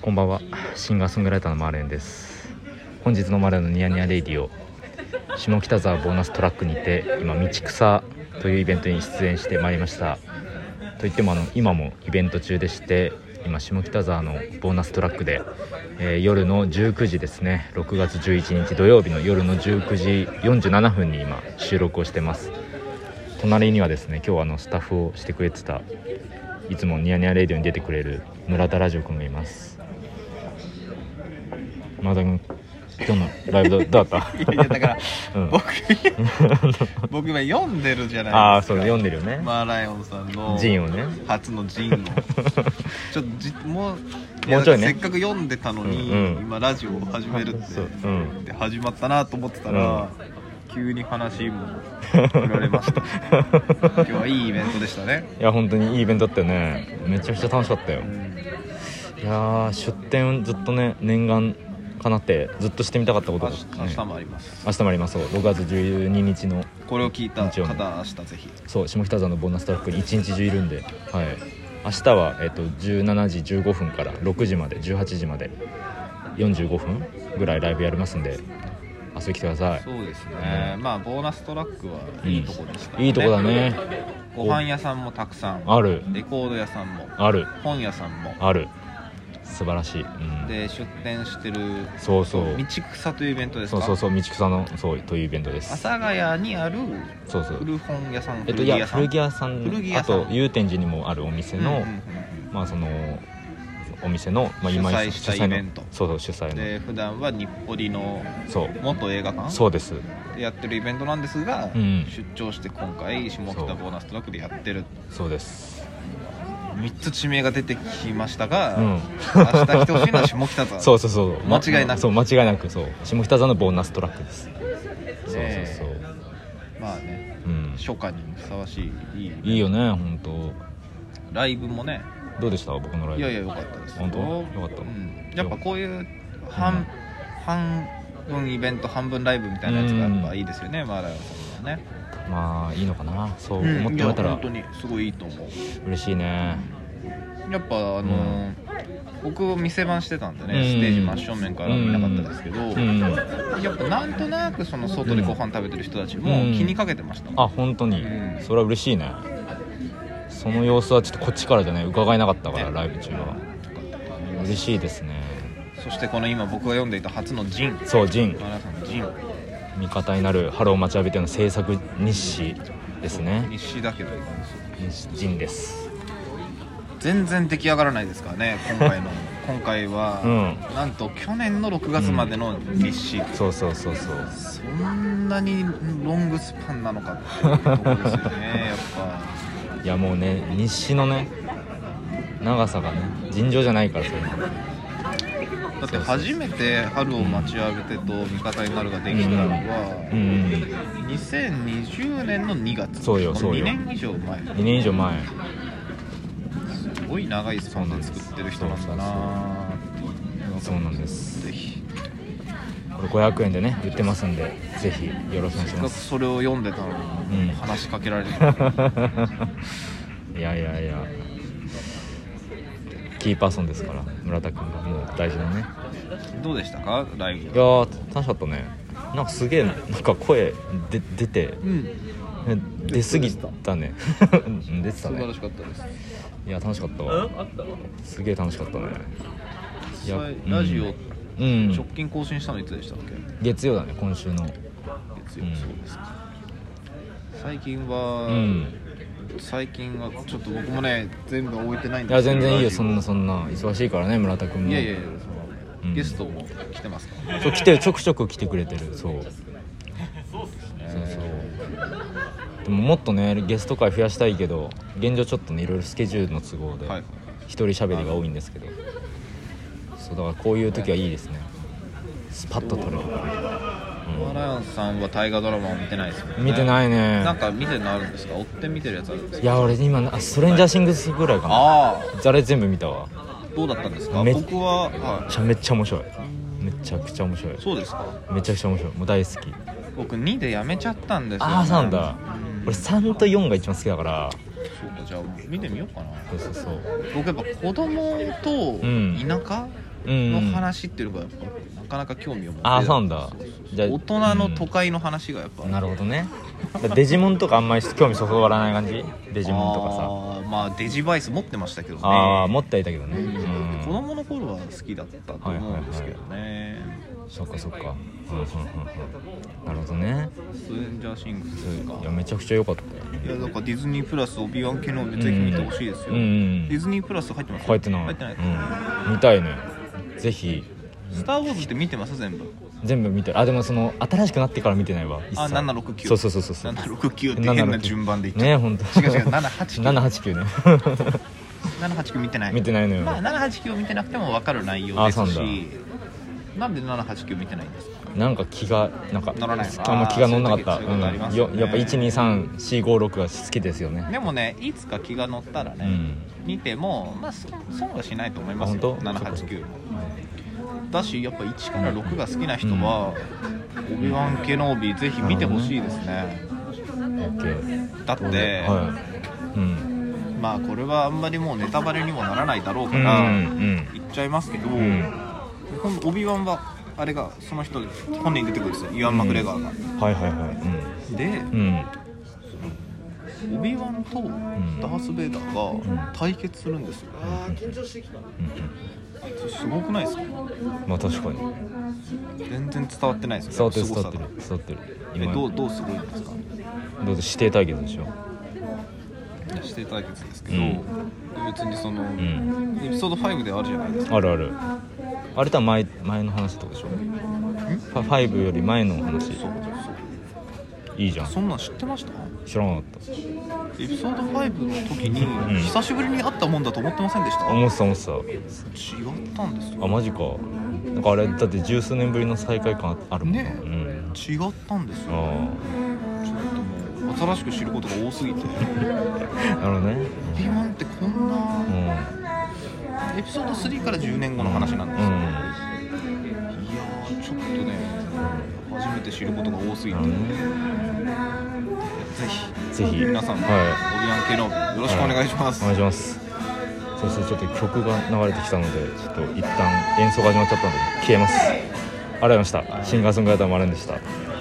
こんばんはシンガーソングライターのマーレンです本日のマーレンのニヤニヤレイディオ下北沢ボーナストラックにて今道草というイベントに出演してまいりましたといってもあの今もイベント中でして今下北沢のボーナストラックで、えー夜の19時ですね6月11日土曜日の夜の19時47分に今収録をしてます隣にはですね今日あのスタッフをしてくれてたいつもニヤニヤレイディオに出てくれる村田ラジオ君がいます村田君今日のライブどどうだったいやいやだから、うん僕僕今読んでるじゃあないあですそかう読んでるよね、マーライオンさんのジンをね初のジンをちょっとじもうもうちょいねやせっかく読んでたのに、うんうん今ラジオを始めるって、そううんで始まったなと思ってたら、急に話も振られました今日はいいイベントでしたね、いや本当にいいイベントだったよねめちゃくちゃ楽しかったようんいやー出店ずっとね念願かなってずっとしてみたかったこと明で日すね明日もあります明日もありますそう6月12日のこれを聞いた日曜日方は明日ぜひそう下北沢のボーナストラックに一日中いるんではい明日は、えっと17時15分から6時まで18時まで45分ぐらいライブやりますんで遊びに来てくださいそうですね、まあボーナストラックはいいとこでした、いいとこだねご飯屋さんもたくさんあるレコード屋さんもある本屋さんもある素晴らしい、うん、で出店してるそうそう道草というイベントですそかうそうそう道草のそうというイベントで阿す佐ヶ谷にあるそうそう古本屋さんえっと古い着や屋さん古着屋さん古着屋あさんと祐天寺にもあるお店うんうんのうんまあそのお店のまあ今主催したイベント主催のそうそう主うん催で普段は日暮里ののそう元映画館そうですでやってるイベントなんですが、うん出張して今回下北ボーナストラックでやってるそうです3つ地名が出てきましたが、うん明日来てほしいのは下北 沢そうそうそうま間違いなくそう間違いなくそう下北沢のボーナストラックですそうねえそうそうまあねうん初夏にふさわしいいいいいよね本当ライブもねどうでした僕のライブいやいや良かったですよ本当良かったうん、やっぱこういう半,、半分イベント半分ライブみたいなやつがやっぱいいですよね、マーライオンさんのねまあいいのかなそううん思ってもらえたいやら本当にすごいいいと思う嬉しいねやっぱあのー僕を店番してたんでね、うんステージ真正面から見なかったですけど、うんやっぱなんとなくその外でご飯食べてる人たちもうん気にかけてました、あ本当にうんそれは嬉しいねその様子はちょっとこっちからじゃね伺えなかったからねライブ中は嬉しいですねそしてこの今僕が読んでいた初のジンそうジンマーライオンさんのジン味方になる「ハロー待ちわびて」の制作日誌ですね日誌だけどジンです全然出来上がらないですからね今回の今回は、うなんと去年の6月までの日誌、そうそうそうそうそんなにロングスパンなのかっていうところですよ ねやっぱいやもうね日誌のね長さがね尋常じゃないからそれだって初めて「春を待ちわびて」と「味方になる」ができたのは、うんうん2020年の2月そうよそうよ2年以上前2年以上前すごい長いスパンで作ってる人なんだなそうなんですぜひこれ500円でね売ってますんでぜひよろしくお願いせしっかまくすそれを読んでたのに、うん話しかけられないいやいやいやキーパーソンですから村田君がもう大事だねどうでしたかライいブやー楽しかったねなんかすげえなんか声で出てうんえ出過ぎたね うん出てた素晴らねしかったですいや楽しかったわすげえ楽しかったねいや実際うんラジオうん直近更新したのいつでしたっけ月曜だね今週の月う曜んそうですか最近うは、ん最近はちょっと僕もね全部終えてないんいでやすけど全然いいよラジオそんなそんな忙しいからね村田君もいやいやいやそうんのゲストも来てますからねそう来てるちょくちょく来てくれてるそうそうそうでももっとねゲスト会増やしたいけど現状ちょっとねいろいろスケジュールの都合ではいはい一人喋りが多いんですけどそうだからこういう時はいいですねスパッと撮れるからマライオンさんは大河ドラマを見てないですよね見てないねなんか見てるのあるんですか追って見てるやつあるんですいかや俺今あストレンジャーシングスぐらいかなああれ全部見たわあどうだったんですかめ僕は、はめちゃめちゃ面白いめちゃくちゃ面白いい、そうですかめちゃくちゃ面白いもう大好き僕2でやめちゃったんですよ、ね、ああそうなんだうん俺3と4が一番好きだからそうかじゃあ見てみようかなそうそうそう僕やっぱ子供とん田う舎、んの話っていうのがやっぱなかなか興味を持ってあーそうなんだそうそうじゃあ大人の都会の話がやっぱ、なるほどねだからデジモンとかあんまり興味そそらない感じデデジモンとかさまあデジバイス持ってましたけどねああ持ってはいたけどねうんうん子供の頃は好きだったと思うんですけどね、そっかそっかうんうんうんうんなるほどねストレンジャーシングスですかいやめちゃくちゃ良かったよねいやなんかディズニープラスオビワン系のぜひ見てほしいですよ、うんうんディズニープラス入ってます書いてない入ってない、うん、見たいねぜひスター・ウォーズって見てます全部全部見てあでもその新しくなってから見てないわ一切あ769そうそうそうそうそう769って変な順番で言っちねゃう、本当違う違う789 789ね 789見てない見てないのよ、まあ789見てなくても分かる内容あでそうすなんしだなんで789見てないんですかなんか気がなんか乗らないあんま気が乗んなかったあーそういう時そういうことありますよよねやっぱ123456が好きですよねでもねいつか気が乗ったらね、見てもまあそ損はしないと思いますあよ本当789だしやっぱ1から6が好きな人は、オビワン・ケノービーぜひ見てほしいですね、うん OK だってはいうんまあこれはあんまりもうネタバレにもならないだろううかんら、うん言っちゃいますけど、うんうんほんオビワンはあれがその人本人出てくるんですよイワン・マクレガーが、はいはいはいでうんうんオビワンとダース・ベイダーがうん対決するんですよ、うんすごくないですかうんまあ確かに全然伝わってないです伝わっよてるす伝ごわっさてるが伝わってるえ今どうどうすごいんですかどうぞ指定対決でしょ指定対決ですけど、うん別にその、んエピソード5であるじゃないですかあるあるあれとは前前の話とかでしょファファイブより前の話そういいじゃそうんそんなん知ってました知らなかっエピソード5の時うんに久しぶりに会ったもんだと思ってませんでしたた、違思ってた思ってたったんですあよマジかなんかあれだって十数年ぶりの再会感あるもんなねえうん違ったんですよあちょっともう新しく知ることが多すぎてあなるほどね「リマンってこんうなんエピソード3から10年後の話なんですうよ、んいやーちょっとね初めて知ることが多すぎなて、るほどぜねひぜひ皆さんも、はオビワン系のよろしくお願いしまいす、お願いしますそしてちょっと曲が流れてきたのでちょっと一旦演奏が始まっちゃったので消えますありがとうございましたシンガーソングライターマレンでした